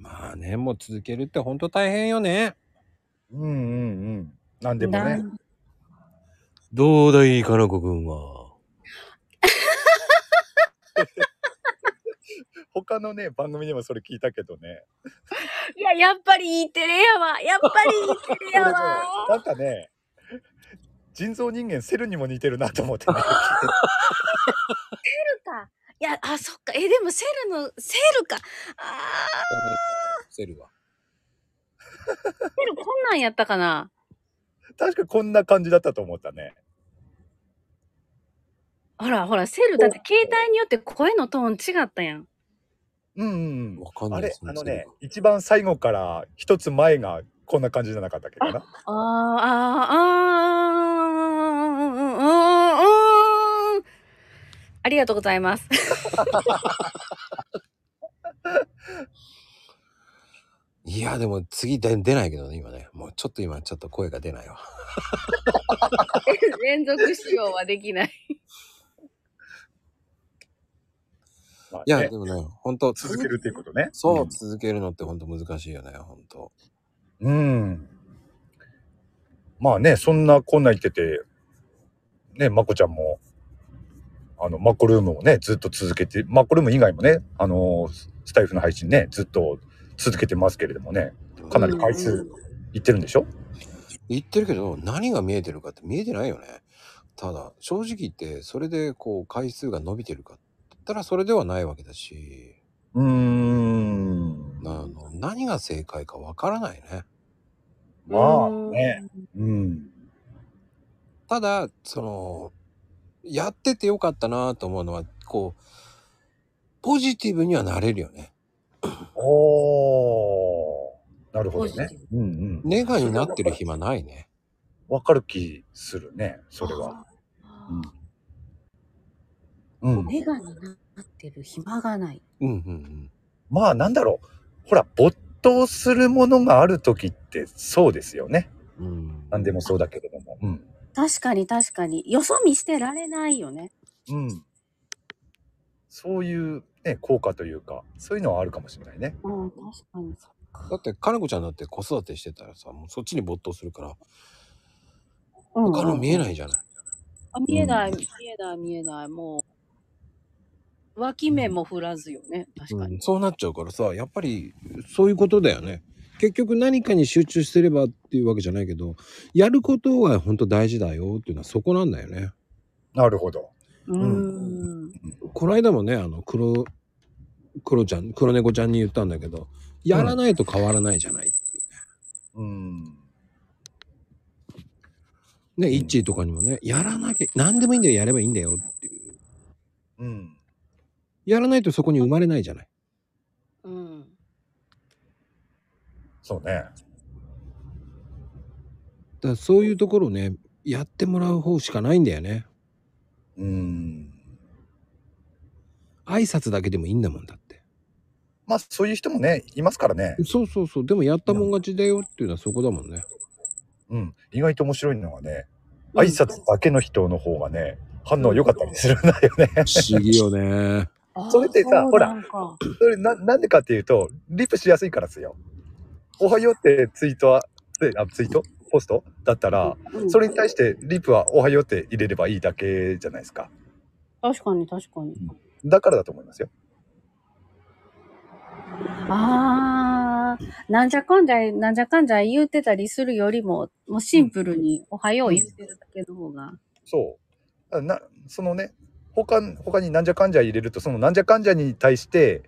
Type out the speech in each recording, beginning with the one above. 何年も続けるってほんと大変よね。うんうんうん。なんでもだね。どうだい、かなこくんは。他のね、番組でもそれ聞いたけどね。いや、やっぱり E テレやわ。やっぱり E テレ やわ。なんかね、人造人間セルにも似てるなと思 って、ね。セルか。いや、あ、そっか。え、でもセルの、セルか。あーセルは。セルこんなんやったかな。確かこんな感じだったと思ったね。ほらほら、セルだって携帯によって声のトーン違ったやん。うんうんわかんうん。なあい。れ、そあのセルね、一番最後から一つ前がこんな感じじゃなかったっけかな。あーあーあーあーあーあーあーありがとうございます。 いや、でも次で出ないけどね、今ね。もうちょっと今、ちょっと声が出ないわ。連続使用はできない。まあいや、ねでもね、ほんと、続けるっていうことね。そう、ん続けるのってほんと難しいよね、ほんと。うん。まあね、そんなこんな言ってて、ね、まこちゃんも、あの、マコルームをね、ずっと続けて、マコルーム以外もね、あのー、スタイフの配信ね、ずっと続けてますけれどもね、かなり回数いってるんでしょ言ってるけど何が見えてるかって見えてないよねただ正直言ってそれでこう回数が伸びてるかって言ったらそれではないわけだしうーん。あの何が正解かわからないねまあね。うん。ただそのやっててよかったなと思うのはこうポジティブにはなれるよねおー。なるほどねポジティ。うんうん。ネガになってる暇ないねわかる気するね、それは。うん。ネガになってる暇がない。うんうんまあなんだろう。ほら、没頭するものがある時ってそうですよね。うんうん何でもそうだけれども。うん。確かに確かに。よそ見してられないよね。うん。そういうね、効果というか、そういうのはあるかもしれないね。うん、確かにそだってかなこちゃんだって子育てしてたらさもうそっちに没頭するからう。他の見えないじゃないあ見えない、見えない、見えない。もう、脇目も振らずよね。確かに。うんそうなっちゃうからさやっぱりそういうことだよね結局何かに集中してればっていうわけじゃないけどやることは本当大事だよっていうのはそこなんだよねなるほど。うーん。この間もねあの黒黒ちゃん黒猫ちゃんに言ったんだけどやらないと変わらないじゃないっていううん。ね、うんイッチーとかにもねやらなきゃ何でもいいんだよやればいいんだよっていううん。やらないとそこに生まれないじゃないうん。そうね。だからそういうところをねやってもらう方しかないんだよねうん。挨拶だけでもいいんだもんだってまあそういう人もね、いますからね。そうそうそうでもやったもん勝ちだよっていうのはそこだもんねうん。意外と面白いのはね、挨拶だけの人の方がね、反応良かったりするんだよね。不思議よね。あーそれってさうなんほらかそれな、なんでかっていうと、リプしやすいからですよ。おはようってツイートは、であツイートポストだったら、うんそれに対してリプはおはようって入れればいいだけじゃないですか。確かに確かに。だからだと思いますよ。ああ、なんじゃかんじゃ、なんじゃかんじゃ言うてたりするよりも、もうシンプルにおはよう言ってるだけの方が。そう。な、そのね、他、他になんじゃかんじゃ入れると、そのなんじゃかんじゃに対して、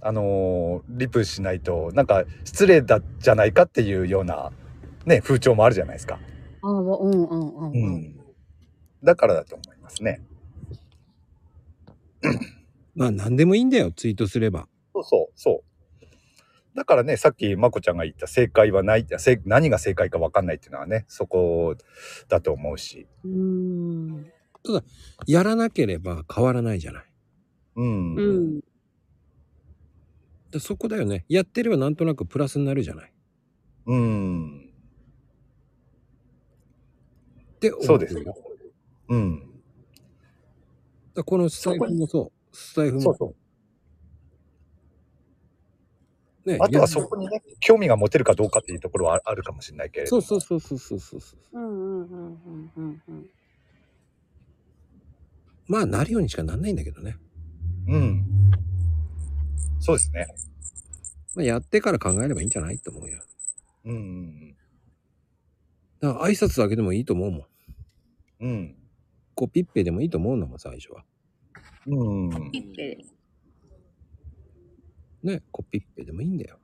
あのーリプしないと、なんか失礼だじゃないかっていうような、ね、風潮もあるじゃないですか。ああ、うんうんうんうん。だからだと思いますね。まあ何でもいいんだよ、ツイートすれば。そうそう、そう。だからね、さっきまこちゃんが言った正解はないって、せ何が正解か分かんないっていうのはね、そこだと思うし。うーん。やらなければ変わらないじゃない。うん。うん。でそこだよね。やってればなんとなくプラスになるじゃない。うん。で、思ってそうでするよ。うん。だこのスタイフもそう。スタイフそうもそう。ね、あとはやそこにね、興味が持てるかどうかっていうところはああるかもしれないけれどそうも。そうそうそうそうそうそう。うんうんうんうんうんうん。まあ、なるようにしかなんないんだけどね。うん。そうですね。まあ、やってから考えればいいんじゃないと思うよ。うんうんだから挨拶だけでもいいと思うもん。うん。うん。こう、ピッペでもいいと思うのもん最初は。うんうんうん。ピッペです。ね、こう、ピッペでもいいんだよ。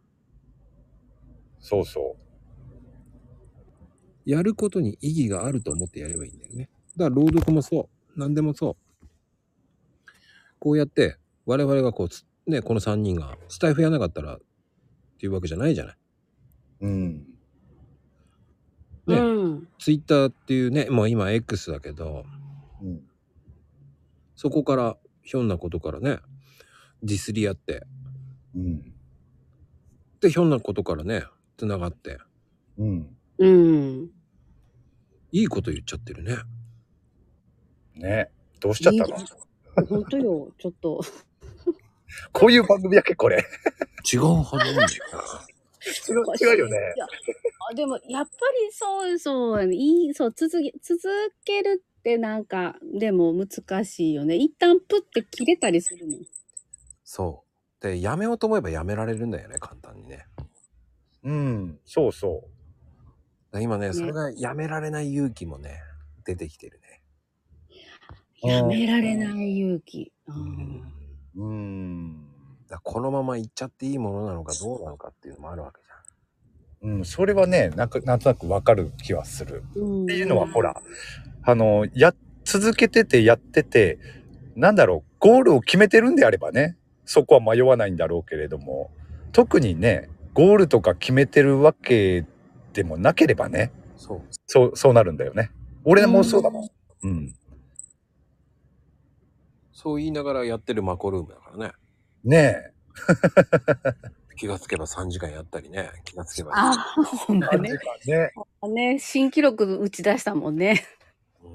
そうそやることに意義があると思ってやればいいんだよね。だから朗読もそう。何でもそう。こうやって我々がこうつ、ね、この3人がスタイフやらなかったらっていうわけじゃないじゃない。う。うん。ねうん。ツイッターっていうね、もう今 X だけど、うん。そこからひょんなことからね、ディスり合って、うん。で、ひょんなことからね、繋がって、うん。うん。いいこと言っちゃってるね。ね。どうしちゃったのいい本当よ、ちょっと。こういう番組だっけこれ。違うはず なんだよ。違う違うよね。いやあでも、やっぱりそうそう、いい、そう、続け、続けるってなんか、でも難しいよね。一旦プって切れたりするもん。そう。で、やめようと思えばやめられるんだよね、簡単にね。うん。そうそだから今ねねそれがやめられない勇気もね出てきてるね、う。やめられない勇気。うんうん。うん。だからこのまま行っちゃっていいものなのかどうなのかっていうのもあるわけじうん。それはね、なんか、なんとなくわかる気はする。うんっていうのはほら、あの、や、続けててやってて、なんだろう、ゴールを決めてるんであればね、そこは迷わないんだろうけれども、特にね、ゴールとか決めてるわけでもなければね、ゃんそうそう、そうなるんだよね。俺もそうだもん。うん。そう言いながらやってるマコルームだからねね気がつけば3時間やったりね気がつけばあ、ほんまえ。ね。ね。ね、新記録打ち出したもんね。うん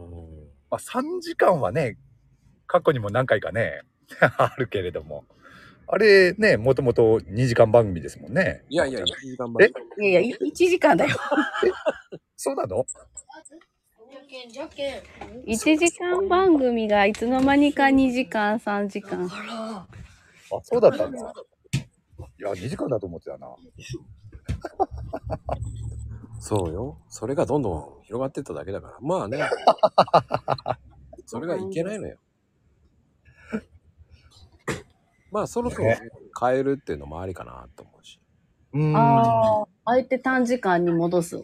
まあ、3時間はね、過去にも何回かね、 あるけれども。あれね、もともと2時間番組ですもんね。いやいや1時間番えいやいや、1時間だよ。そうなの1時間番組がいつの間にか2時間、3時間。あ、そうだったんだ。いや、2時間だと思ってたな。そうよそれがどんどん広がってっただけだからまあねそれがいけないのよまあそろそろね変えるっていうのもありかなと思うしうーん。ああ、あえて短時間に戻す。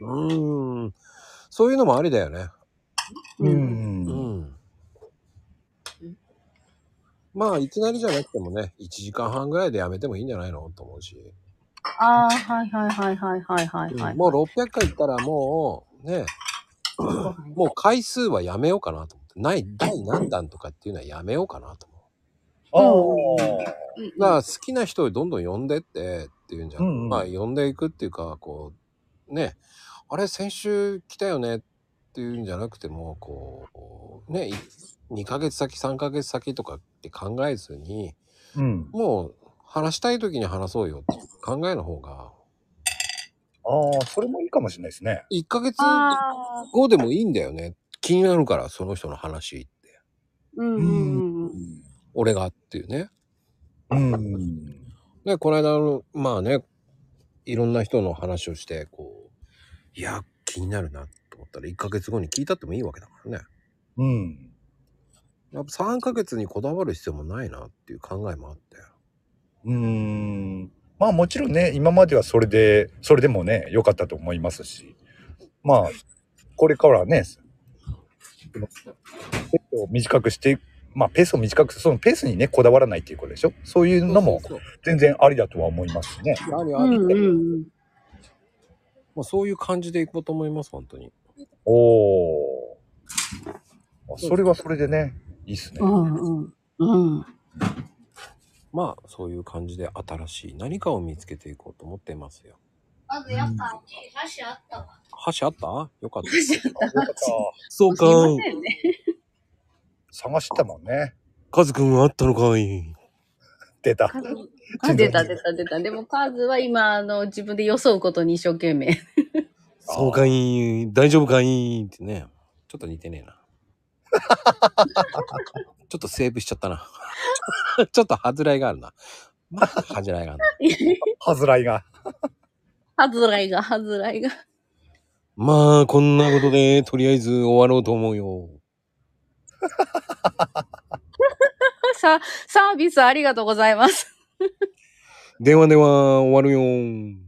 うんそういうのもありだよねうう。んん。まあ、いきなりじゃなくてもね、1時間半ぐらいでやめてもいいんじゃないのと思うし、ああ、はいはいはいはいはいはい、はいもう600回いったらもう、ね、もう回数はやめようかなと思って、ない、第何弾とかっていうのはやめようかなと思ああ。う。だから好きな人をどんどん呼んでってっていうんじゃん。うんうんまあ、呼んでいくっていうか、こう、ね、あれ、先週来たよねっていうんじゃなくても、こう、ね、2ヶ月先、3ヶ月先とかって考えずに、うん。もう話したい時に話そうよって考えの方が、ああ、それもいいかもしれないですね。 1ヶ月ああ、後でもいいんだよね。気になるから、その人の話って。うんうんうん。俺がっていうね。うん。で、この間の、まあね、いろんな人の話をして、こう、いや、気になるなと思ったら、1ヶ月後に聞いたってもいいわけだからね。うん。やっぱ3ヶ月にこだわる必要もないなっていう考えもあって。うん。まあもちろんね、今まではそれで、それでもね、良かったと思いますし。まあ、これからはね、このペースを短くして、まあペースを短くすそのペースにね、こだわらないっていうことでしょそういうのもそうそう全然ありだとは思いますしね。そうありうあり。んうんまあ、そういう感じでいこうと思います、本当に。おお。あそれはそれでね、いいっすね。うんうんうん。まあ、そういう感じで新しい何かを見つけていこうと思っていますよ。箸あったよかった。 そうすいませんね。探してたもんね。カズくんあったのかい。出た。カズ全あ然出た出た出た。でもカズは今、あの、自分で予想ことに一生懸命。そうかい、大丈夫かいってね。ちょっと似てねえな。 ちょっとセーブしちゃったな。 ちょっと恥ずらいがあるな。まあ、恥ずらいがあるな。恥ずらいが。はずらいが、はずらいが。まあ、こんなことで、とりあえず終わろうと思うよ。さ、サービスありがとうございます。電話では終わるよ。